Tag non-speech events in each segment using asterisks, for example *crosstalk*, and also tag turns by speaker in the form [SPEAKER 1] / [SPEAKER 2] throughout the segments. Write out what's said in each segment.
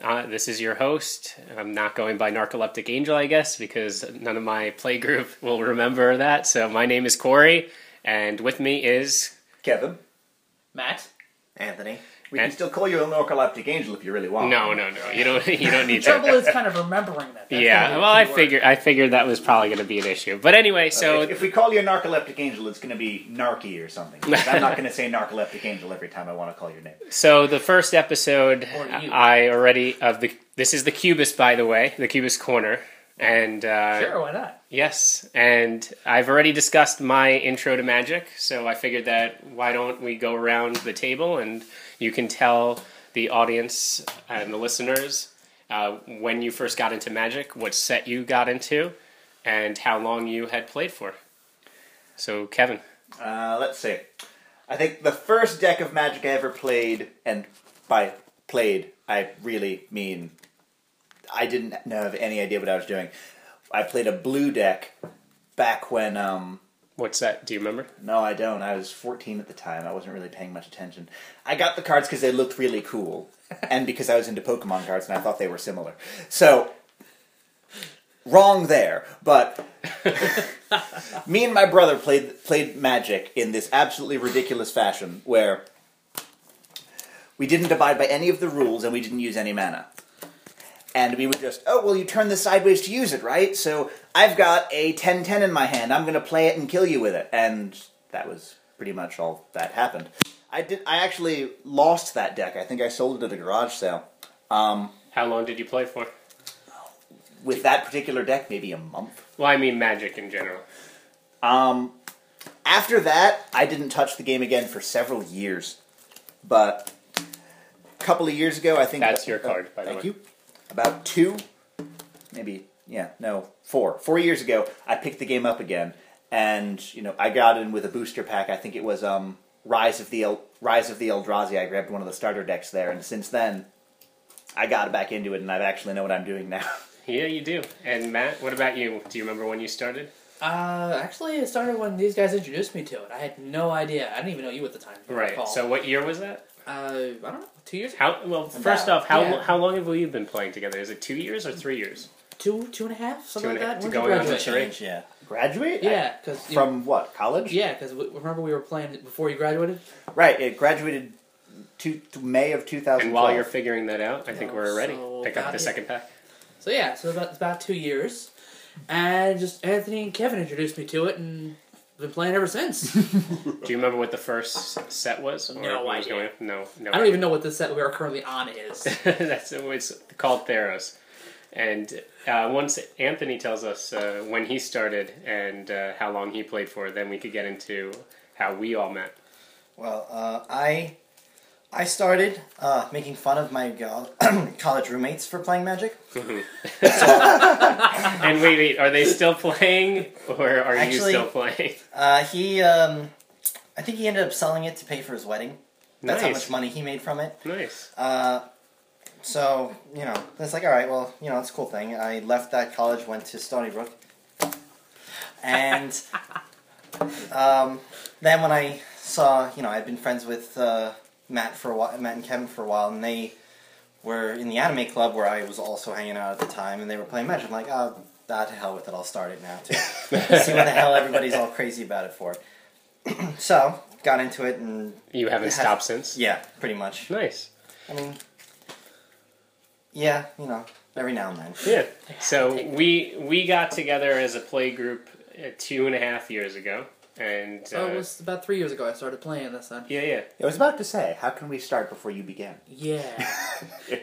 [SPEAKER 1] Uh, this is your host. I'm not going by Narcoleptic Angel, I guess, because none of my playgroup *laughs* will remember that. So my name is Corey, and with me is
[SPEAKER 2] Kevin,
[SPEAKER 3] Matt.
[SPEAKER 2] Anthony. We
[SPEAKER 1] And-
[SPEAKER 2] can still call you a narcoleptic angel if you really want.
[SPEAKER 1] no, no, no. You don't. *laughs* You don't
[SPEAKER 3] The
[SPEAKER 1] need
[SPEAKER 3] trouble
[SPEAKER 1] that.
[SPEAKER 3] is kind of remembering that. That's
[SPEAKER 1] Yeah.
[SPEAKER 3] gonna be a
[SPEAKER 1] Well, I
[SPEAKER 3] key word.
[SPEAKER 1] figured. I figured that was probably going to be an issue. But anyway,
[SPEAKER 2] So
[SPEAKER 1] so
[SPEAKER 2] if, if we call you a narcoleptic angel, it's going to be narky
[SPEAKER 1] *laughs*
[SPEAKER 2] or something. 'cause I'm not going to say narcoleptic angel every time I want to call your name.
[SPEAKER 1] So the first episode,
[SPEAKER 3] *laughs* Or you.
[SPEAKER 1] I already of the. This is the Cubist, by the way, the Cubist corner, and uh,
[SPEAKER 3] Sure, why not?
[SPEAKER 1] yes, and I've already discussed my intro to magic. So I figured that why don't we go around the table and you can tell the audience and the listeners uh, when you first got into magic, what set you got into, and how long you had played for. So Kevin,
[SPEAKER 2] Uh, let's see. I think the first deck of Magic I ever played, and by played, I really mean I didn't have any idea what I was doing. I played a blue deck back when um,
[SPEAKER 1] what's that? Do you remember?
[SPEAKER 2] No, I don't. I was 14 at the time. I wasn't really paying much attention. I got the cards because they looked really cool, and because I was into Pokemon cards and I thought they were similar. So, wrong there. But me and my brother played played Magic in this absolutely ridiculous fashion, where we didn't abide by any of the rules and we didn't use any mana. And we would just, oh, well, you turn this sideways to use it, right? So I've got a 10 10 in my hand. I'm going to play it and kill you with it. And that was pretty much all that happened. I, did, I actually lost that deck. I think I sold it at a garage sale.
[SPEAKER 1] How long did you play for?
[SPEAKER 2] With that particular deck, maybe a month.
[SPEAKER 1] Well, I mean magic in general.
[SPEAKER 2] after that, I didn't touch the game again for several years. But a couple of years ago, I think
[SPEAKER 1] That's your card, by the
[SPEAKER 2] thank
[SPEAKER 1] way.
[SPEAKER 2] you. About two, maybe yeah, no, four, four years ago, I picked the game up again, and you know, I got in with a booster pack. I think it was um, Rise of the El- Rise of the Eldrazi. I grabbed one of the starter decks there, and since then, I got back into it, and I actually know what I'm doing now.
[SPEAKER 1] Yeah, you do. And Matt, what about you? Do you remember when you started?
[SPEAKER 3] Uh, actually, it started when these guys introduced me to it. I had no idea. I didn't even know you at the time. if you recall.
[SPEAKER 1] So what year was that?
[SPEAKER 3] uh, I don't know, two years,
[SPEAKER 1] How well? First
[SPEAKER 2] About-
[SPEAKER 1] off, how
[SPEAKER 3] yeah.
[SPEAKER 1] how long have we been playing together? Is it two years or three years?
[SPEAKER 3] two, two and a half, something
[SPEAKER 1] Two and a half
[SPEAKER 3] like that.
[SPEAKER 1] to
[SPEAKER 3] When did you
[SPEAKER 1] going on to
[SPEAKER 3] graduate?
[SPEAKER 1] three.
[SPEAKER 2] yeah, graduate.
[SPEAKER 3] Yeah, because
[SPEAKER 2] From what college?
[SPEAKER 3] yeah, because remember we were playing before you graduated.
[SPEAKER 2] Right, it graduated to, to May of 2012.
[SPEAKER 1] And while you're figuring that out, I think we're ready.
[SPEAKER 3] so
[SPEAKER 1] Pick up
[SPEAKER 3] about
[SPEAKER 1] the
[SPEAKER 3] it.
[SPEAKER 1] second pack.
[SPEAKER 3] So yeah, so about it's about two years, and just Anthony and Kevin introduced me to it, and I've been playing
[SPEAKER 1] *laughs*
[SPEAKER 3] ever since.
[SPEAKER 1] Do you remember what the first set was? Or
[SPEAKER 3] No
[SPEAKER 1] what was
[SPEAKER 3] idea.
[SPEAKER 1] going- No, no.
[SPEAKER 3] I don't even know what the set we are currently
[SPEAKER 1] *laughs*
[SPEAKER 3] on is.
[SPEAKER 1] That's it's called Theros. And uh, once Anthony tells us uh, when he started and uh, how long he played for, then we could get into how we all
[SPEAKER 3] *laughs*
[SPEAKER 1] met.
[SPEAKER 4] Well, uh, I I started uh, making fun of my go- *clears throat* college roommates for playing Magic.
[SPEAKER 1] And wait, wait, are they still playing, or are you
[SPEAKER 4] Actually-
[SPEAKER 1] still playing? *laughs*
[SPEAKER 4] Uh, he, um, I think he ended up selling it to pay for his wedding. That's how
[SPEAKER 1] Nice.
[SPEAKER 4] much money he made from it.
[SPEAKER 1] Nice.
[SPEAKER 4] Uh, so you know, it's like all right, well, you know, it's a cool thing. I left that college, went to Stony Brook, and um, then when I saw, you know, I'd been friends with uh, Matt for a while, Matt and Kevin for a while, and they were in the anime club where I was also hanging out at the time, and they were playing Magic. I'm like, oh, ah, to hell with it, I'll start it now too. See what the hell everybody's all crazy about it for. *clears throat* so got into it, and
[SPEAKER 1] You haven't stopped since.
[SPEAKER 4] yeah, pretty much.
[SPEAKER 1] Nice.
[SPEAKER 4] I mean, yeah, you know, every now and then.
[SPEAKER 1] Yeah. So we we got together as a play group uh, two and a half years ago, and uh,
[SPEAKER 3] so it was about three years ago I started playing this then.
[SPEAKER 1] yeah, yeah,
[SPEAKER 2] I was about to say, how can we start before you begin?
[SPEAKER 3] Yeah,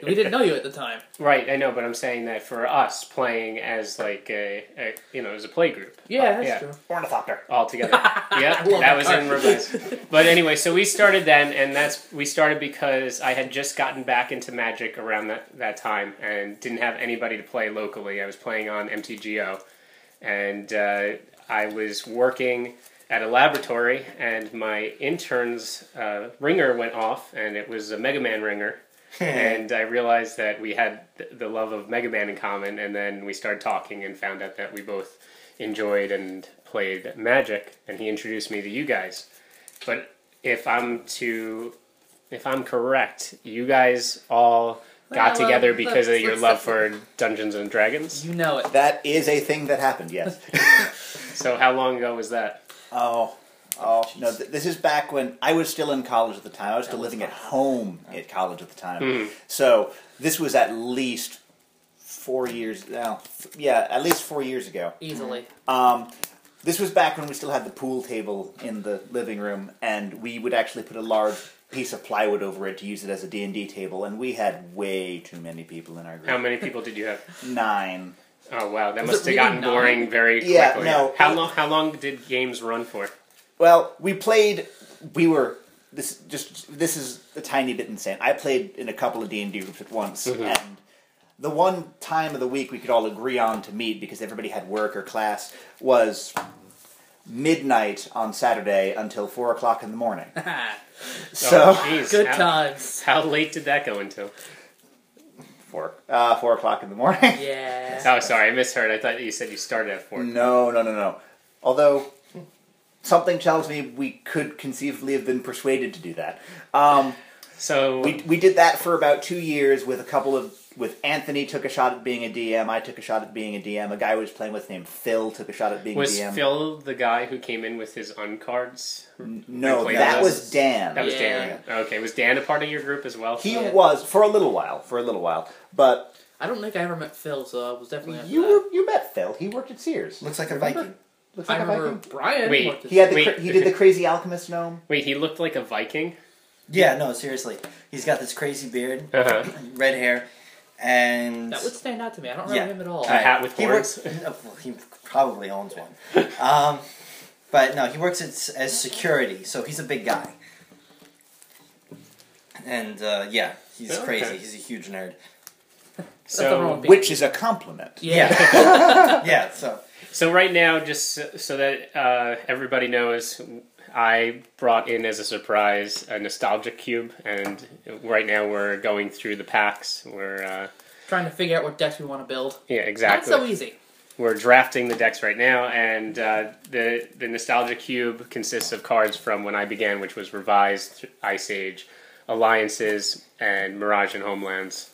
[SPEAKER 3] we didn't know you at the time.
[SPEAKER 1] right. I know, but I'm saying that for us playing as like a, a you know as a play group.
[SPEAKER 3] Yeah, that's
[SPEAKER 1] yeah.
[SPEAKER 3] true.
[SPEAKER 2] Ornithopter.
[SPEAKER 1] all together. yeah, that
[SPEAKER 3] love that
[SPEAKER 1] was
[SPEAKER 3] part.
[SPEAKER 1] in reverse. But anyway, so we started then, and that's we started because I had just gotten back into Magic around that that time and didn't have anybody to play locally. I was playing on MTGO, and uh, I was working at a laboratory, and my intern's uh, ringer went off, and it was a Mega Man ringer. and I realized that we had th- the love of Mega Man in common, and then we started talking and found out that we both enjoyed and played Magic, and he introduced me to you guys. But if I'm to, if I'm correct, you guys all got
[SPEAKER 3] Well,
[SPEAKER 1] together
[SPEAKER 3] um,
[SPEAKER 1] because of
[SPEAKER 3] let's-
[SPEAKER 1] your
[SPEAKER 3] let's-
[SPEAKER 1] love for Dungeons and Dragons.
[SPEAKER 3] You know it.
[SPEAKER 2] That is a thing that happened. Yes.
[SPEAKER 1] So how long ago was that?
[SPEAKER 2] Oh, oh no! Th- this is back when I was still in college at the time. I was still
[SPEAKER 3] was
[SPEAKER 2] living at home at college at the time.
[SPEAKER 1] Hmm.
[SPEAKER 2] So this was at least four years now. Yeah, at least four years ago.
[SPEAKER 3] Easily.
[SPEAKER 2] Um, this was back when we still had the pool table in the living room, and we would actually put a large piece of plywood over it to use it as a D&D table, and we had way too many people in our group.
[SPEAKER 1] How many people did you have?
[SPEAKER 2] Nine.
[SPEAKER 1] Oh wow, that
[SPEAKER 3] Was
[SPEAKER 1] must
[SPEAKER 3] it
[SPEAKER 1] have gotten
[SPEAKER 3] really nine?
[SPEAKER 1] boring very quickly.
[SPEAKER 2] Yeah, no.
[SPEAKER 1] How long? How long did games run for?
[SPEAKER 2] Well, we played. We were this just this is a tiny bit insane. I played in a couple of D and D groups at once, and the one time of the week we could all agree on to meet because everybody had work or class was midnight on Saturday until four o'clock in the morning.
[SPEAKER 3] *laughs*
[SPEAKER 2] so
[SPEAKER 1] oh, geez,
[SPEAKER 3] Good
[SPEAKER 1] how,
[SPEAKER 3] times.
[SPEAKER 1] How late did that go until?
[SPEAKER 2] four uh, four o'clock in the morning.
[SPEAKER 3] Yeah.
[SPEAKER 1] Oh, sorry, I misheard. I thought you said you started at four.
[SPEAKER 2] *laughs* No, no, no, no. Although something tells me we could conceivably have been persuaded to do that. Um,
[SPEAKER 1] So
[SPEAKER 2] We, we did that for about two years with a couple of with Anthony took a shot at being a DM. I took a shot at being a DM. A guy we was playing with named Phil took a shot at being
[SPEAKER 1] was
[SPEAKER 2] a DM.
[SPEAKER 1] Phil the guy who came in with his uncards?
[SPEAKER 2] no,
[SPEAKER 1] Wait,
[SPEAKER 2] that
[SPEAKER 1] that
[SPEAKER 2] was
[SPEAKER 1] was-
[SPEAKER 2] Dan.
[SPEAKER 1] That was
[SPEAKER 3] Yeah.
[SPEAKER 1] Dan. Okay, was Dan a part of your group as well?
[SPEAKER 2] he
[SPEAKER 3] Yeah.
[SPEAKER 2] was for a little while, for a little while. But
[SPEAKER 3] I don't think I ever met Phil, so I was definitely. after
[SPEAKER 2] you
[SPEAKER 3] that.
[SPEAKER 2] were, you met Phil. He worked at Sears.
[SPEAKER 4] *laughs* Looks like a Viking.
[SPEAKER 2] Looks
[SPEAKER 3] I
[SPEAKER 2] like a
[SPEAKER 3] remember
[SPEAKER 2] Viking.
[SPEAKER 3] Brian.
[SPEAKER 1] Wait,
[SPEAKER 3] worked at-
[SPEAKER 2] He had the
[SPEAKER 1] Wait.
[SPEAKER 2] cra- he did the crazy alchemist gnome.
[SPEAKER 1] Wait, he looked like a Viking.
[SPEAKER 4] Yeah, no, seriously. He's got this crazy beard,
[SPEAKER 1] Uh-huh.
[SPEAKER 4] red hair, and
[SPEAKER 3] that would stand out to me. I don't
[SPEAKER 4] Yeah.
[SPEAKER 3] remember him at all.
[SPEAKER 1] A hat with
[SPEAKER 4] he
[SPEAKER 1] horns.
[SPEAKER 4] works. *laughs* no, well, he probably owns one. Um, but no, he works as, as security, so he's a big guy. And uh, yeah, he's
[SPEAKER 1] Okay.
[SPEAKER 4] crazy. He's a huge nerd.
[SPEAKER 3] Nothing
[SPEAKER 1] So
[SPEAKER 3] wrong with being-
[SPEAKER 2] Which is a compliment.
[SPEAKER 3] Yeah.
[SPEAKER 4] *laughs* Yeah, so
[SPEAKER 1] So right now, just so- so that uh, everybody knows, I brought in as a surprise a nostalgia cube, and right now we're going through the packs. We're uh,
[SPEAKER 3] Trying to figure out what decks we want to build.
[SPEAKER 1] yeah,
[SPEAKER 3] Not
[SPEAKER 1] exactly.
[SPEAKER 3] so easy.
[SPEAKER 1] we're drafting the decks right now, and uh, the the nostalgia cube consists of cards from when I began, which was revised Ice Age, alliances, and Mirage and Homelands.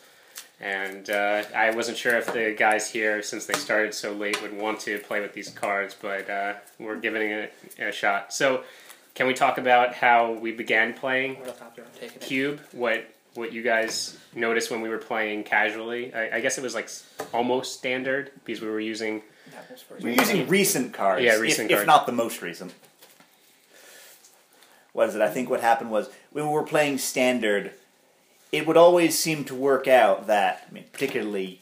[SPEAKER 1] And uh, I wasn't sure if the guys here, since they started so late, would want to play with these cards, but uh, we're giving it a, a shot. So, can we talk about how we began playing
[SPEAKER 3] We're gonna stop here. I'm taking it.
[SPEAKER 1] Cube? What what you guys noticed when we were playing casually? I, I guess it was like s- almost standard because we were using
[SPEAKER 3] That was first.
[SPEAKER 2] We're using recent cards.
[SPEAKER 1] Yeah,
[SPEAKER 2] if-
[SPEAKER 1] recent
[SPEAKER 2] if,
[SPEAKER 1] cards.
[SPEAKER 2] not the most recent. What is it? I think what happened was when we were playing standard, it would always seem to work out that I mean, particularly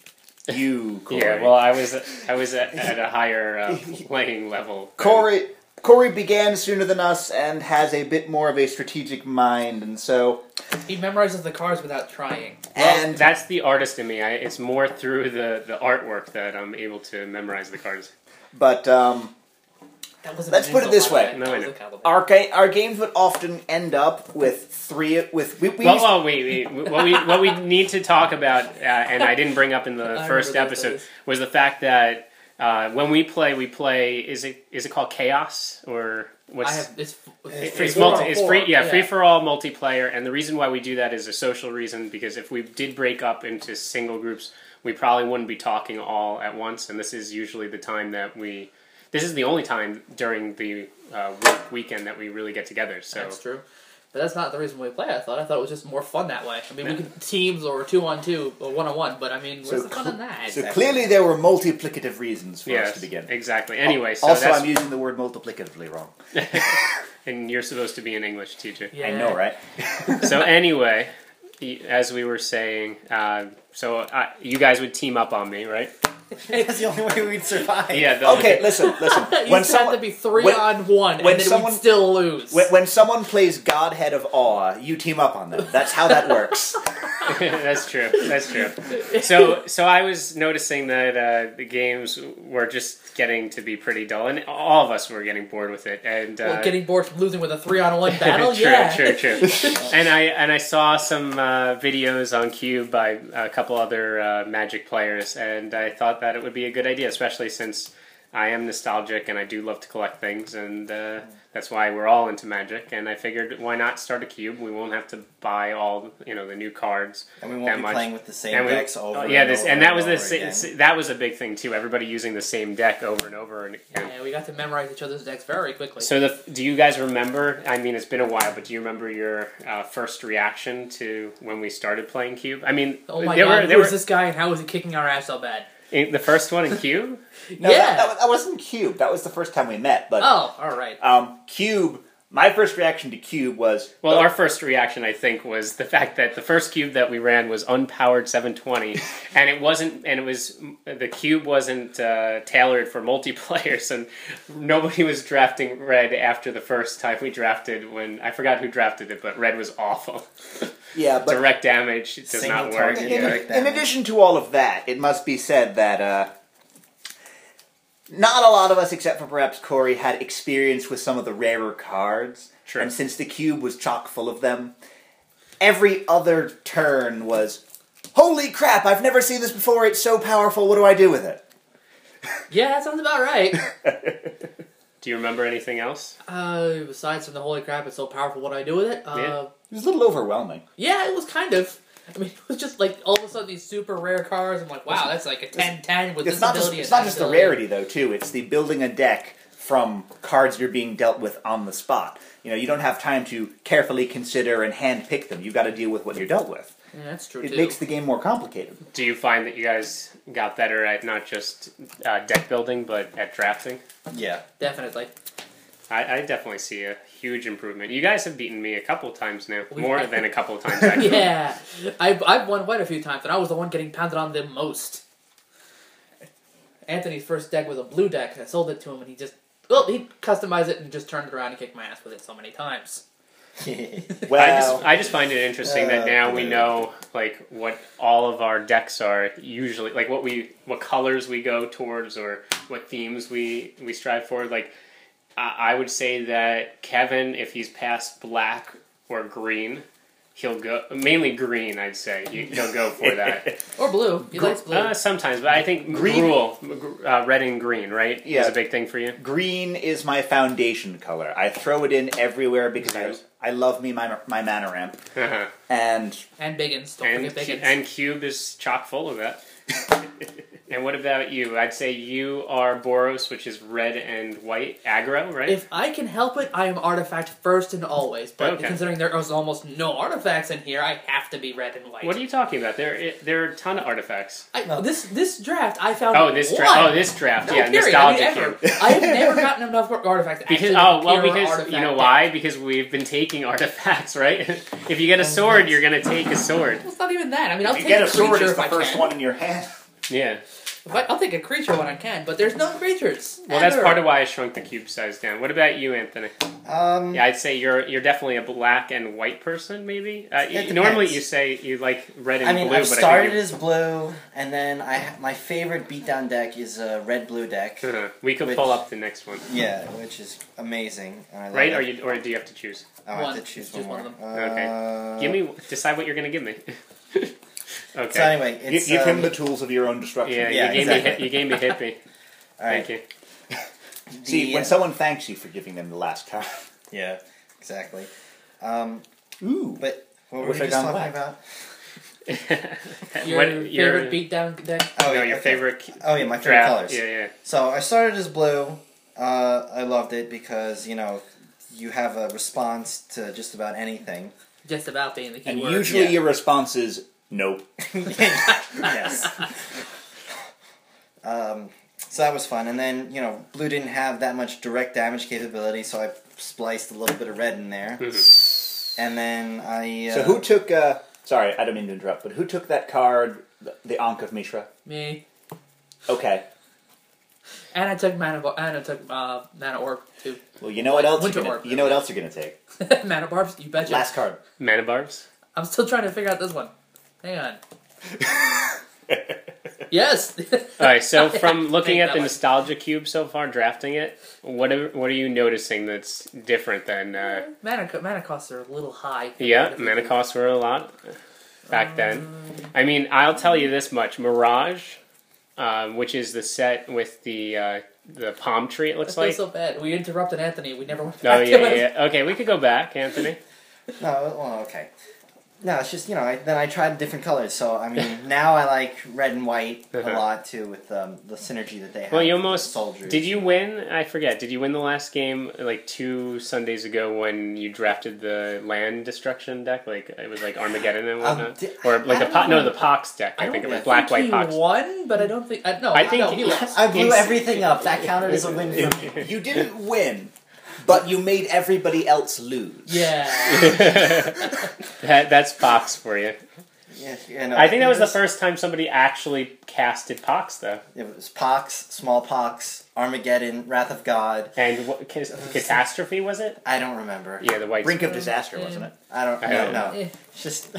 [SPEAKER 2] you, Corey.
[SPEAKER 1] *laughs* Yeah, well, I was I was at, at a higher
[SPEAKER 3] *laughs*
[SPEAKER 1] uh, playing level.
[SPEAKER 2] Corey. Corey began sooner than us and has a bit more of a strategic mind, and so
[SPEAKER 3] He memorizes the cards without trying.
[SPEAKER 1] Well,
[SPEAKER 2] and
[SPEAKER 1] that's the artist in me. I, it's more through the, the artwork that I'm able to memorize the cards.
[SPEAKER 2] but um,
[SPEAKER 3] That wasn't
[SPEAKER 2] Let's
[SPEAKER 3] an
[SPEAKER 2] put it
[SPEAKER 3] insult,
[SPEAKER 2] this
[SPEAKER 3] by the
[SPEAKER 2] way.
[SPEAKER 1] No,
[SPEAKER 3] That
[SPEAKER 1] I
[SPEAKER 3] was
[SPEAKER 1] know.
[SPEAKER 3] a compliment.
[SPEAKER 2] our ga- our games would often end up with three with we, we
[SPEAKER 1] Well,
[SPEAKER 2] used-
[SPEAKER 1] oh, wait, wait. What we what we need to talk about, uh, and I didn't bring up in the
[SPEAKER 3] *laughs* I
[SPEAKER 1] first
[SPEAKER 3] remember those.
[SPEAKER 1] episode, was the fact that uh, when we play, we play. Is it is it called chaos or what's?
[SPEAKER 3] I have it's
[SPEAKER 1] It's,
[SPEAKER 4] Free
[SPEAKER 1] it's
[SPEAKER 4] for all.
[SPEAKER 1] multi. It's free. Yeah, free
[SPEAKER 3] for
[SPEAKER 1] for all multiplayer. And the reason why we do that is a social reason because if we did break up into single groups, we probably wouldn't be talking all at once. And this is usually the time that we. This is the only time during the uh, work weekend that we really get together. So
[SPEAKER 3] That's true. But that's not the reason why we play. I thought I thought it was just more fun that way. I mean, we could teams or two on two or one on one, but I mean, what's
[SPEAKER 2] So
[SPEAKER 3] the fun
[SPEAKER 2] cl-
[SPEAKER 3] in that?
[SPEAKER 2] so clearly there were multiplicative reasons for
[SPEAKER 1] yeah,
[SPEAKER 2] us to begin.
[SPEAKER 1] exactly. Anyway, so
[SPEAKER 2] Oh, also,
[SPEAKER 1] that's,
[SPEAKER 2] I'm using the word multiplicatively wrong.
[SPEAKER 1] and you're supposed to be an English teacher.
[SPEAKER 3] yeah.
[SPEAKER 2] I know, right?
[SPEAKER 1] so anyway, y- as we were saying, uh, so I, you guys would team up on me, right?
[SPEAKER 4] that's the only way we'd survive.
[SPEAKER 1] Yeah. the-
[SPEAKER 2] Okay, listen, listen. *laughs*
[SPEAKER 3] You
[SPEAKER 2] when
[SPEAKER 3] when
[SPEAKER 2] someone
[SPEAKER 3] to be three
[SPEAKER 2] when-
[SPEAKER 3] on one,
[SPEAKER 2] when
[SPEAKER 3] and then
[SPEAKER 2] someone-
[SPEAKER 3] we'd still lose.
[SPEAKER 2] when, when someone plays Godhead of Awe, you team up on them. That's how that *laughs* works.
[SPEAKER 1] *laughs* That's true. That's
[SPEAKER 3] *laughs*
[SPEAKER 1] true. So, so I was noticing that uh, the games were just getting to be pretty dull, and all of us were getting bored with it. And uh, *laughs*
[SPEAKER 3] Well, getting bored from losing with a three on one battle.
[SPEAKER 1] true,
[SPEAKER 3] yeah,
[SPEAKER 1] true, true,
[SPEAKER 3] *laughs*
[SPEAKER 1] and I and I saw some uh, videos on Cube by a couple other uh, Magic players, and I thought that it would be a good idea, especially since. I am nostalgic and I do love to collect things, and uh, that's why we're all into Magic. And I figured, why not start a cube? We won't have to buy all you know the new cards.
[SPEAKER 4] And we won't
[SPEAKER 1] that
[SPEAKER 4] be
[SPEAKER 1] much.
[SPEAKER 4] playing with the same
[SPEAKER 1] And we-
[SPEAKER 4] decks over.
[SPEAKER 1] oh, yeah,
[SPEAKER 4] and
[SPEAKER 1] this
[SPEAKER 4] over
[SPEAKER 1] and that was
[SPEAKER 4] over
[SPEAKER 1] the sa-
[SPEAKER 4] again.
[SPEAKER 1] sa- that was a big thing too. Everybody using the same deck over and over and again.
[SPEAKER 3] Yeah, we got to memorize each other's decks very quickly.
[SPEAKER 1] So the do you guys remember? I mean, it's been a while, but do you remember your uh, first reaction to when we started playing Cube? I mean,
[SPEAKER 3] oh my
[SPEAKER 1] there
[SPEAKER 3] god,
[SPEAKER 1] were,
[SPEAKER 3] who
[SPEAKER 1] there
[SPEAKER 3] was
[SPEAKER 1] were
[SPEAKER 3] this guy and how was he kicking our ass so bad?
[SPEAKER 1] in- the first one in Cube.
[SPEAKER 2] No,
[SPEAKER 3] yeah.
[SPEAKER 2] that, that, was- that wasn't Cube. That was the first time we met. But
[SPEAKER 3] oh, all right.
[SPEAKER 2] um, Cube, my first reaction to Cube was
[SPEAKER 1] Well, our first reaction, I think, was the fact that the first cube that we ran was unpowered 720, and it wasn't, and it was the cube wasn't uh, tailored for multiplayer, *laughs* so nobody was drafting red after the first time we drafted. When I forgot who drafted it, but red was awful. *laughs*
[SPEAKER 2] yeah, but
[SPEAKER 1] Direct damage it does
[SPEAKER 4] Single
[SPEAKER 1] not work.
[SPEAKER 4] target.
[SPEAKER 2] in,
[SPEAKER 1] Yeah.
[SPEAKER 4] Direct damage.
[SPEAKER 2] in addition to all of that, it must be said that uh, not a lot of us, except for perhaps Corey, had experience with some of the rarer cards.
[SPEAKER 1] Sure.
[SPEAKER 2] And since the cube was chock full of them, every other turn was, "Holy crap! I've never seen this before. It's so powerful. What do I do with it?"
[SPEAKER 3] Yeah, that sounds about right. *coughs*
[SPEAKER 1] Do you remember anything else?
[SPEAKER 3] uh, besides from the holy crap, it's so powerful. What do I do with it? Uh,
[SPEAKER 2] It was a little overwhelming.
[SPEAKER 3] yeah. it was kind of. I mean, *laughs* it was just like all of a sudden these super rare cars. I'm like, wow, that's like a 10-10 with
[SPEAKER 2] It's
[SPEAKER 3] this
[SPEAKER 2] not
[SPEAKER 3] ability.
[SPEAKER 2] just
[SPEAKER 3] and
[SPEAKER 2] it's not just the
[SPEAKER 3] ability.
[SPEAKER 2] rarity though too. It's the building a deck from cards you're being dealt with on the spot. You know, you don't have time to carefully consider and hand pick them. You've got to deal with what you're dealt with.
[SPEAKER 3] Yeah, that's true
[SPEAKER 2] It
[SPEAKER 3] too.
[SPEAKER 2] makes the game more complicated.
[SPEAKER 1] Do you find that you guys got better at not just uh, deck building, but at drafting?
[SPEAKER 4] yeah.
[SPEAKER 3] *laughs* Definitely.
[SPEAKER 1] I, I definitely see a huge improvement. You guys have beaten me a couple times now,
[SPEAKER 3] We-
[SPEAKER 1] more than a
[SPEAKER 3] *laughs*
[SPEAKER 1] couple times actually.
[SPEAKER 3] Yeah, I've, I've won quite a few times, and I was the one getting pounded on the most. Anthony's first deck was a blue deck. and I sold it to him, and he just well, he customized it and just turned it around and kicked my ass with it so many times.
[SPEAKER 4] *laughs*
[SPEAKER 2] Well,
[SPEAKER 1] I just I just find it interesting that
[SPEAKER 4] Uh,
[SPEAKER 1] now we
[SPEAKER 4] blue.
[SPEAKER 1] know like what all of our decks are usually like what we what colors we go towards or what themes we we strive for. Like I, I would say that Kevin, if he's past black or green, he'll go mainly green. I'd say he- he'll go for
[SPEAKER 3] *laughs*
[SPEAKER 1] that.
[SPEAKER 3] Or blue. He likes blue.
[SPEAKER 1] uh, sometimes, but I think
[SPEAKER 2] Green-
[SPEAKER 1] green rule uh, red and green right is
[SPEAKER 2] Yeah.
[SPEAKER 1] a big thing for you.
[SPEAKER 2] green is my foundation color. I throw it in everywhere because
[SPEAKER 1] Okay.
[SPEAKER 2] I I love me my my mana ramp
[SPEAKER 1] Uh-huh.
[SPEAKER 2] and
[SPEAKER 3] and Biggins. Don't
[SPEAKER 1] and,
[SPEAKER 3] forget
[SPEAKER 1] Cu-
[SPEAKER 3] Biggins.
[SPEAKER 1] and Cube is chock full of
[SPEAKER 3] *laughs*
[SPEAKER 1] that. and what about you? I'd say you are Boros, which is red and white aggro, right?
[SPEAKER 3] if I can help it, I am artifact first and always. But
[SPEAKER 1] Okay.
[SPEAKER 3] considering there is almost no artifacts in here, I have to be red and white.
[SPEAKER 1] what are you talking about? There, i there are a ton of artifacts.
[SPEAKER 3] I,
[SPEAKER 4] No.
[SPEAKER 3] This this draft, I found.
[SPEAKER 1] Oh, this draft.
[SPEAKER 3] one.
[SPEAKER 1] Oh, this draft.
[SPEAKER 3] No,
[SPEAKER 1] yeah,
[SPEAKER 3] period. I mean,
[SPEAKER 1] nostalgia
[SPEAKER 3] ever.
[SPEAKER 1] cube.
[SPEAKER 3] I have never gotten enough
[SPEAKER 1] *laughs*
[SPEAKER 3] artifacts. to
[SPEAKER 1] Because
[SPEAKER 3] actually
[SPEAKER 1] oh well,
[SPEAKER 3] pure
[SPEAKER 1] because you
[SPEAKER 3] artifact
[SPEAKER 1] know
[SPEAKER 3] deck.
[SPEAKER 1] why? Because we've been taking *laughs* artifacts, right? if you get a sword, you're gonna take a sword.
[SPEAKER 3] It's not even that. I mean, I'll
[SPEAKER 2] you
[SPEAKER 3] take
[SPEAKER 2] get
[SPEAKER 3] a
[SPEAKER 2] a
[SPEAKER 3] creature
[SPEAKER 2] sword
[SPEAKER 3] if
[SPEAKER 2] as the
[SPEAKER 3] I
[SPEAKER 2] first
[SPEAKER 3] can.
[SPEAKER 2] one in your hand.
[SPEAKER 1] Yeah.
[SPEAKER 3] If I, will take a creature when I can, but there's no creatures.
[SPEAKER 1] Well, that's part of why I shrunk the cube size down. What about you, Anthony?
[SPEAKER 4] Um,
[SPEAKER 1] Yeah, I'd say you're you're definitely a black and white person, maybe. Uh, you,
[SPEAKER 4] It
[SPEAKER 1] normally,
[SPEAKER 4] depends.
[SPEAKER 1] you say you like red and
[SPEAKER 4] I mean,
[SPEAKER 1] blue,
[SPEAKER 4] I
[SPEAKER 1] but
[SPEAKER 4] started
[SPEAKER 1] I think
[SPEAKER 4] as blue, and then I ha- my favorite beatdown deck is a red blue deck.
[SPEAKER 1] you, Uh-huh. we could
[SPEAKER 4] which-
[SPEAKER 1] pull up the next one,
[SPEAKER 4] Yeah, which is amazing. And I love
[SPEAKER 1] right?
[SPEAKER 4] it.
[SPEAKER 1] Or you or do you have to choose?
[SPEAKER 4] I have
[SPEAKER 3] One.
[SPEAKER 4] to choose
[SPEAKER 3] Just
[SPEAKER 4] one more.
[SPEAKER 3] one of
[SPEAKER 4] Uh,
[SPEAKER 1] give me decide what you're gonna give me. *laughs* okay.
[SPEAKER 4] So anyway,
[SPEAKER 2] Gi-
[SPEAKER 4] it's
[SPEAKER 2] give him
[SPEAKER 4] um,
[SPEAKER 2] the tools of your own destruction.
[SPEAKER 1] yeah,
[SPEAKER 4] yeah,
[SPEAKER 1] you gave
[SPEAKER 4] exactly.
[SPEAKER 1] me hi- you gave me hippie.
[SPEAKER 4] *laughs* all right,
[SPEAKER 1] Thank you.
[SPEAKER 4] the-
[SPEAKER 2] See, when someone thanks you for giving them the last card.
[SPEAKER 4] yeah, exactly. Um,
[SPEAKER 2] *laughs* Ooh.
[SPEAKER 4] but what were
[SPEAKER 2] wish
[SPEAKER 4] we
[SPEAKER 2] I'd
[SPEAKER 4] just
[SPEAKER 2] gone
[SPEAKER 4] talking
[SPEAKER 2] black.
[SPEAKER 4] about?
[SPEAKER 1] *laughs*
[SPEAKER 3] Your
[SPEAKER 1] What-
[SPEAKER 3] favorite
[SPEAKER 1] your-
[SPEAKER 3] beatdown deck.
[SPEAKER 4] Oh,
[SPEAKER 1] no,
[SPEAKER 4] yeah,
[SPEAKER 1] your
[SPEAKER 4] okay.
[SPEAKER 1] favorite cu-
[SPEAKER 4] Oh yeah, my favorite
[SPEAKER 1] draft.
[SPEAKER 4] colors.
[SPEAKER 1] Yeah, yeah.
[SPEAKER 4] So I started as blue. Uh, I loved it because you know you have a response to just about anything.
[SPEAKER 3] Just about being the key
[SPEAKER 2] And
[SPEAKER 3] word.
[SPEAKER 2] usually
[SPEAKER 4] yeah.
[SPEAKER 2] your response is nope.
[SPEAKER 1] *laughs*
[SPEAKER 4] yes. um, so that was fun, and then you know blue didn't have that much direct damage capability, so I spliced a little bit of red in there, and then I. Uh,
[SPEAKER 2] So who took? Uh, sorry, I don't mean to interrupt, but who took that card, the, the Ankh of Mishra?
[SPEAKER 3] Me.
[SPEAKER 2] Okay.
[SPEAKER 3] And I took mana. Bar- And I took uh, mana orb too. *laughs*
[SPEAKER 2] Well, you know what else?
[SPEAKER 3] Winter
[SPEAKER 2] You're gonna,
[SPEAKER 3] Orb.
[SPEAKER 2] you know what else you're gonna take?
[SPEAKER 3] mana barbs. You betcha.
[SPEAKER 2] Last
[SPEAKER 3] *laughs*
[SPEAKER 2] card.
[SPEAKER 1] Mana barbs.
[SPEAKER 3] I'm still trying to figure out this one. Hang
[SPEAKER 1] *laughs*
[SPEAKER 3] on. yes. *laughs*
[SPEAKER 1] All right.
[SPEAKER 4] *laughs*
[SPEAKER 1] So
[SPEAKER 3] Yeah,
[SPEAKER 1] from looking
[SPEAKER 3] take
[SPEAKER 1] at
[SPEAKER 3] that
[SPEAKER 1] the
[SPEAKER 3] one.
[SPEAKER 1] nostalgia cube so far, drafting it, what are, what are you noticing that's different than? Uh,
[SPEAKER 3] mana co- mana costs are a little high.
[SPEAKER 1] Yeah, mana costs were a lot back then. I mean, I'll tell you this much: Mirage, um, which is the set with the uh, the palm tree. It
[SPEAKER 3] I
[SPEAKER 1] looks
[SPEAKER 3] feel
[SPEAKER 1] like.
[SPEAKER 3] so bad. We interrupted Anthony. We never went
[SPEAKER 1] oh
[SPEAKER 3] back
[SPEAKER 1] yeah,
[SPEAKER 3] to it.
[SPEAKER 1] yeah, yeah. Okay, we could go back, Anthony.
[SPEAKER 4] No, well, okay. No, it's just you know. I, then I tried different colors, so I
[SPEAKER 1] *laughs*
[SPEAKER 4] mean, now I like red and white a
[SPEAKER 1] Uh-huh.
[SPEAKER 4] lot too, with um, the synergy that they have.
[SPEAKER 1] Well, you
[SPEAKER 4] with the
[SPEAKER 1] almost
[SPEAKER 4] soldiers.
[SPEAKER 1] did. You win? I forget. Did you win the last game like two Sundays ago when you drafted the land destruction deck? Like it was like Armageddon and
[SPEAKER 4] Um,
[SPEAKER 1] whatnot,
[SPEAKER 4] di-
[SPEAKER 1] or like
[SPEAKER 4] I
[SPEAKER 1] a po-
[SPEAKER 4] don't
[SPEAKER 1] no
[SPEAKER 4] know.
[SPEAKER 1] the Pox deck. I,
[SPEAKER 4] I
[SPEAKER 1] think it
[SPEAKER 4] don't
[SPEAKER 1] was
[SPEAKER 4] know.
[SPEAKER 1] black
[SPEAKER 3] I
[SPEAKER 1] white
[SPEAKER 3] think
[SPEAKER 1] Pox.
[SPEAKER 4] *laughs*
[SPEAKER 3] he won, but I don't think. I, no,
[SPEAKER 1] I think
[SPEAKER 3] no,
[SPEAKER 1] he-
[SPEAKER 3] he lost.
[SPEAKER 4] I blew
[SPEAKER 1] It's-
[SPEAKER 4] everything up. That counted as a win for
[SPEAKER 1] *laughs*
[SPEAKER 4] me.
[SPEAKER 2] You didn't win, but you made everybody else lose.
[SPEAKER 3] Yeah.
[SPEAKER 1] *laughs* That, that's Pox for you.
[SPEAKER 4] Yeah, you know,
[SPEAKER 1] I think that was the first time somebody actually casted Pox though,
[SPEAKER 4] It was Pox, Smallpox, Armageddon, Wrath of God.
[SPEAKER 1] and what, ca- catastrophe was it?
[SPEAKER 4] I don't remember.
[SPEAKER 1] Yeah, the white.
[SPEAKER 2] Brink of disaster, wasn't it?
[SPEAKER 4] I don't.
[SPEAKER 1] I
[SPEAKER 4] no,
[SPEAKER 1] don't
[SPEAKER 4] no.
[SPEAKER 3] Eh.
[SPEAKER 4] It's just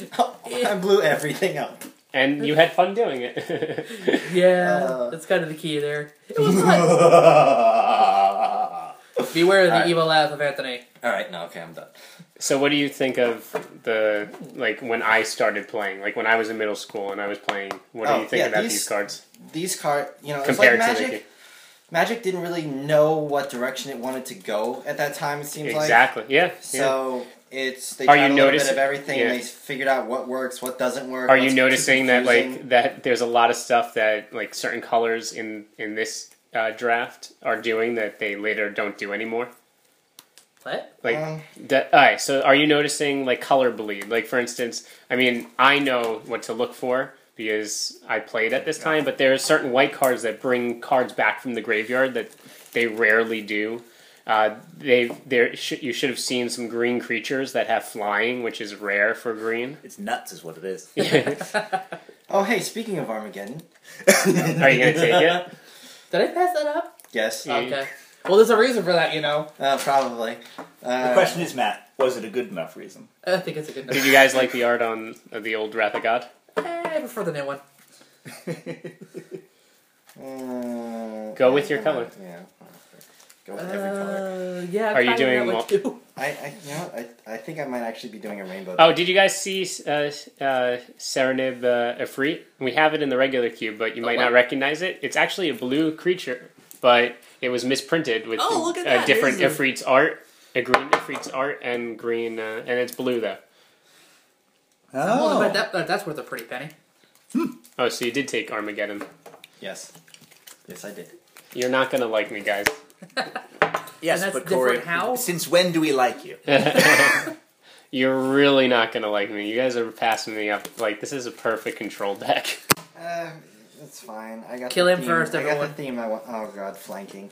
[SPEAKER 4] *laughs* I blew everything
[SPEAKER 1] *laughs*
[SPEAKER 4] up.
[SPEAKER 1] and you had fun doing it.
[SPEAKER 3] *laughs*
[SPEAKER 1] *laughs*
[SPEAKER 3] yeah.
[SPEAKER 4] Uh.
[SPEAKER 3] that's kind of the key there. It was fun.
[SPEAKER 4] *laughs*
[SPEAKER 3] Beware of the
[SPEAKER 4] Alright.
[SPEAKER 3] evil laugh of Anthony.
[SPEAKER 4] All right, no, okay, I'm done.
[SPEAKER 1] So what do you think of the like when I started playing, like when I was in middle school and I was playing? What do
[SPEAKER 4] Oh,
[SPEAKER 1] you think
[SPEAKER 4] yeah,
[SPEAKER 1] about
[SPEAKER 4] these-
[SPEAKER 1] these, cards
[SPEAKER 4] These card, you know, it's like
[SPEAKER 1] compared to
[SPEAKER 4] magic.
[SPEAKER 1] the game?
[SPEAKER 4] Magic didn't really know what direction it wanted to go at that time. It seems like
[SPEAKER 1] exactly? Yeah. yeah.
[SPEAKER 4] so. It's they
[SPEAKER 1] Are
[SPEAKER 4] tried
[SPEAKER 1] you
[SPEAKER 4] a little bit
[SPEAKER 1] notici-
[SPEAKER 4] of everything.
[SPEAKER 1] yeah.
[SPEAKER 4] and They figured out what works, what doesn't work.
[SPEAKER 1] Are you
[SPEAKER 4] what's too
[SPEAKER 1] noticing that
[SPEAKER 4] confusing.
[SPEAKER 1] like that there's a lot of stuff that like certain colors in in this uh, draft are doing that they later don't do anymore?
[SPEAKER 3] What?
[SPEAKER 1] Like
[SPEAKER 4] Um,
[SPEAKER 1] that. All right. So are you noticing like color bleed? Like for instance, I mean, I know what to look for because I played at this time. But there are certain white cards that bring cards back from the graveyard that they rarely do. Uh, they there sh- you should have seen some green creatures that have flying, which is rare for green. *laughs*
[SPEAKER 2] It's nuts, is what it is.
[SPEAKER 4] Oh, hey, speaking of Armageddon,
[SPEAKER 1] Are you gonna take it?
[SPEAKER 3] Did I pass that up?
[SPEAKER 4] yes,
[SPEAKER 1] Yeah.
[SPEAKER 3] Okay. Well, there's a reason for that, you know.
[SPEAKER 4] uh, probably. Uh,
[SPEAKER 2] The question is, Matt, was it a good enough reason?
[SPEAKER 3] I think it's a good
[SPEAKER 1] Did
[SPEAKER 3] number.
[SPEAKER 1] you guys like the art on uh, the old Wrath of God?
[SPEAKER 3] Eh, I prefer the new one.
[SPEAKER 4] Mm,
[SPEAKER 1] Go with
[SPEAKER 4] yeah,
[SPEAKER 1] your color.
[SPEAKER 4] Yeah. Go with every color.
[SPEAKER 3] Uh, yeah.
[SPEAKER 1] Are you
[SPEAKER 3] probably
[SPEAKER 1] doing
[SPEAKER 3] that
[SPEAKER 1] mul-
[SPEAKER 3] one too.
[SPEAKER 4] I, I, you know, I, I think I might actually be doing a rainbow.
[SPEAKER 1] Oh, did you guys see uh, uh, Serenib uh, Efreet? We have it in the regular cube, but you might
[SPEAKER 3] what?
[SPEAKER 1] not recognize it. It's actually a blue creature, but it was misprinted with
[SPEAKER 3] Oh, look at
[SPEAKER 1] a
[SPEAKER 3] that.
[SPEAKER 1] different
[SPEAKER 3] Here's the-
[SPEAKER 1] Efreet's art, a green Efreet's art, and green, uh, and it's blue though.
[SPEAKER 2] Oh,
[SPEAKER 3] Well, but that, that, that's worth a pretty penny.
[SPEAKER 1] Oh, so you did take Armageddon.
[SPEAKER 4] Yes. Yes, I did.
[SPEAKER 1] You're not gonna like me,
[SPEAKER 3] *laughs*
[SPEAKER 1] guys. *laughs*
[SPEAKER 2] Oh. yes,
[SPEAKER 3] and that's
[SPEAKER 2] but Corey,
[SPEAKER 3] different how?
[SPEAKER 2] since when do we like you?
[SPEAKER 1] You're really not gonna like me. You guys are passing me up. Like this is a perfect control deck. *laughs*
[SPEAKER 4] Uh, it's fine. I got
[SPEAKER 3] Kill
[SPEAKER 4] the
[SPEAKER 3] him
[SPEAKER 4] theme.
[SPEAKER 3] first,
[SPEAKER 4] I got
[SPEAKER 3] everyone.
[SPEAKER 4] the theme. I want. Oh God, flanking.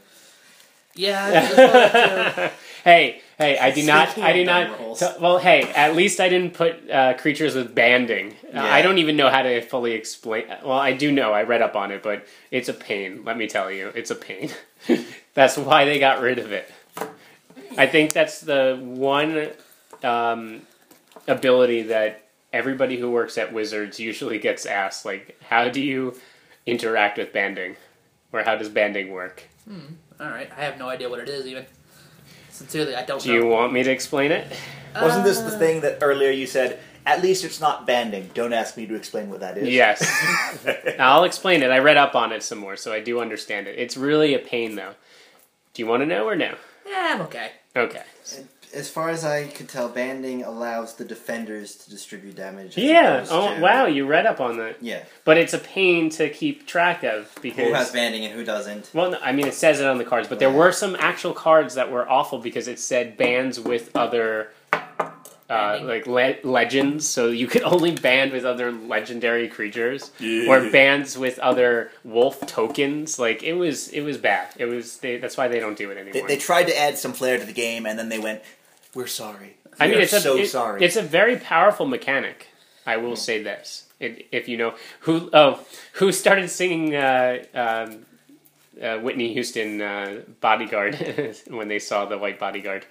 [SPEAKER 3] Yeah. I just wanted *laughs* to-
[SPEAKER 1] Hey, hey, I do not,
[SPEAKER 4] Speaking
[SPEAKER 1] I do
[SPEAKER 4] of dumb
[SPEAKER 1] not.
[SPEAKER 4] rules.
[SPEAKER 1] t- well, hey, at least I didn't put uh, creatures with banding. Uh, I
[SPEAKER 4] Yeah.
[SPEAKER 1] don't even know how to fully explain. Well, I do know. I read up on it, but it's a pain. Let me tell you, it's a pain. *laughs* that's why they got rid of it. I think that's the one um, ability that everybody who works at Wizards usually gets asked. Like, how do you interact with banding, or how does banding work?
[SPEAKER 3] All right. I have no idea what it is even. Sincerely, I don't
[SPEAKER 1] Do
[SPEAKER 3] know.
[SPEAKER 1] you want me to explain it?
[SPEAKER 3] Uh,
[SPEAKER 2] Wasn't this the thing that earlier you said? At least it's not banding. Don't ask me to explain what that is.
[SPEAKER 1] Yes. Now, I'll explain it. I read up on it some more, so I do understand it. It's really a pain, though. Do you want to know or no?
[SPEAKER 3] Yeah, I'm okay.
[SPEAKER 1] Okay.
[SPEAKER 4] As far as I could tell, banding allows the defenders to distribute damage. as
[SPEAKER 1] Yeah.
[SPEAKER 4] opposed
[SPEAKER 1] Oh,
[SPEAKER 4] to-
[SPEAKER 1] wow. You read up on that.
[SPEAKER 4] Yeah.
[SPEAKER 1] But it's a pain to keep track of
[SPEAKER 4] Who has
[SPEAKER 1] because.
[SPEAKER 4] banding and who doesn't?
[SPEAKER 1] Well, no, I mean, it says it on the cards, but there were some actual cards that were awful because it said bans with other. Uh,
[SPEAKER 3] Banding.
[SPEAKER 1] like le- legends, so you could *laughs* only band with other legendary creatures, or bands with other wolf tokens. Like it was, it was bad. It was. They, that's why they don't do it anymore.
[SPEAKER 2] They, they tried to add some flair to the game, and then they went, "We're sorry."
[SPEAKER 4] Uh,
[SPEAKER 1] I mean,
[SPEAKER 2] We're
[SPEAKER 1] it's a,
[SPEAKER 2] so
[SPEAKER 1] it-
[SPEAKER 2] sorry.
[SPEAKER 1] It's a very powerful mechanic. I will say this: If if you know who, oh, who started singing uh, um, uh, Whitney Houston uh, "Bodyguard" *laughs* when they saw the white bodyguard?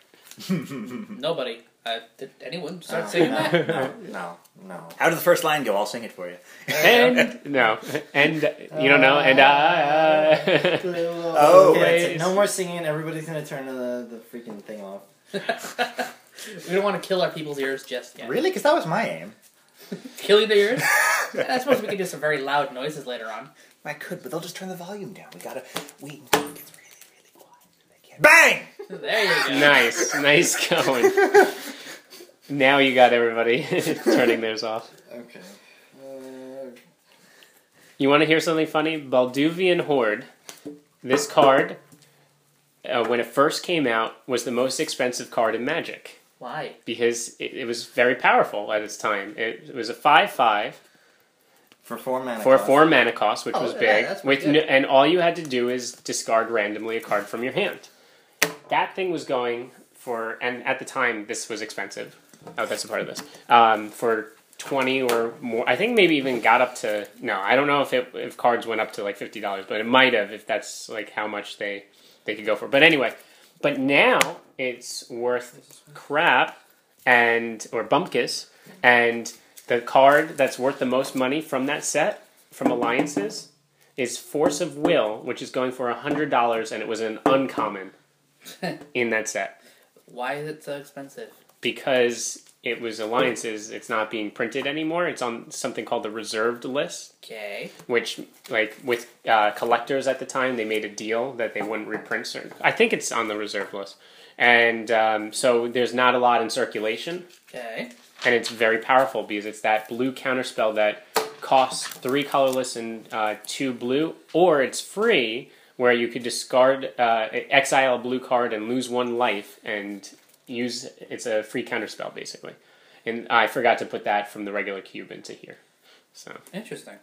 [SPEAKER 3] Nobody. Uh, did anyone start
[SPEAKER 4] No,
[SPEAKER 3] saying *laughs*
[SPEAKER 4] no,
[SPEAKER 3] that?
[SPEAKER 1] *laughs*
[SPEAKER 4] no, no.
[SPEAKER 2] How did the first line go? I'll sing it for you.
[SPEAKER 1] And no, and uh, you don't know, and uh, I.
[SPEAKER 2] Oh,
[SPEAKER 4] Okay, that's it.
[SPEAKER 1] ways.
[SPEAKER 4] no more singing. Everybody's gonna turn the, the freaking thing off.
[SPEAKER 3] We don't want to kill our people's ears just yet.
[SPEAKER 2] Really? Because that was my aim.
[SPEAKER 3] killing the *laughs* ears. and I suppose we could do some very loud noises later on.
[SPEAKER 2] I could, but they'll just turn the volume down. We gotta. We it's really, really quiet. They can't. Bang!
[SPEAKER 3] There you
[SPEAKER 1] *laughs*
[SPEAKER 3] go.
[SPEAKER 1] Nice, nice
[SPEAKER 2] *laughs*
[SPEAKER 1] going. now you got everybody *laughs* turning theirs off.
[SPEAKER 4] Okay. Uh,
[SPEAKER 1] You want to hear something funny? Balduvian Horde. This card, uh, when it first came out, was the most expensive card in Magic
[SPEAKER 3] Why?
[SPEAKER 1] because it, it was very powerful at its time. It, it was a five-five
[SPEAKER 4] for four mana.
[SPEAKER 1] for a
[SPEAKER 4] cost.
[SPEAKER 1] four mana cost, which
[SPEAKER 3] Oh,
[SPEAKER 1] was
[SPEAKER 3] yeah,
[SPEAKER 1] big.
[SPEAKER 3] that's
[SPEAKER 1] with
[SPEAKER 3] pretty
[SPEAKER 1] n- and all you had to do is discard randomly a card from your hand. That thing was going for, and at the time this was expensive. Oh, that's a part of this. Um, for twenty or more, I think maybe even got up to no. I don't know if it, if cards went up to like fifty dollars, but it might have if that's like how much they they could go for. But anyway, but now it's worth crap and or bumpkus and the card that's worth the most money from that set from alliances is force of will which is going for $100 and it was an uncommon in that set
[SPEAKER 3] Why is it so expensive?
[SPEAKER 1] because it was alliances it's not being printed anymore it's on something called the reserved list
[SPEAKER 3] Okay.
[SPEAKER 1] which like with uh, collectors at the time they made a deal that they wouldn't reprint certain i think it's on the reserve list and um, so there's not a lot in circulation
[SPEAKER 3] Okay.
[SPEAKER 1] and it's very powerful because it's that blue counterspell that costs three colorless and uh, two blue, or it's free where you could discard uh, exile a blue card and lose one life and use it's a free counterspell basically. And I forgot to put that from the regular cube into here. So
[SPEAKER 3] Interesting.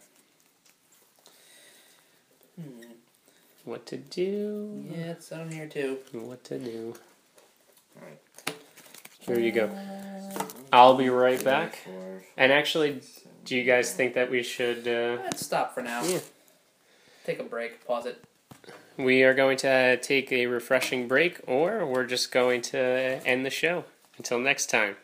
[SPEAKER 1] what to do?
[SPEAKER 3] Yeah, it's on here too.
[SPEAKER 1] What to do?
[SPEAKER 4] Alright.
[SPEAKER 1] Here you go. I'll be right
[SPEAKER 4] Three,
[SPEAKER 1] back.
[SPEAKER 4] four,
[SPEAKER 1] And actually,
[SPEAKER 4] seven.
[SPEAKER 1] do you guys think that we should? Uh,
[SPEAKER 3] Let's stop for now.
[SPEAKER 1] Yeah.
[SPEAKER 3] Take a break. Pause it.
[SPEAKER 1] We are going to take a refreshing break, or we're just going to end the show. Until next time.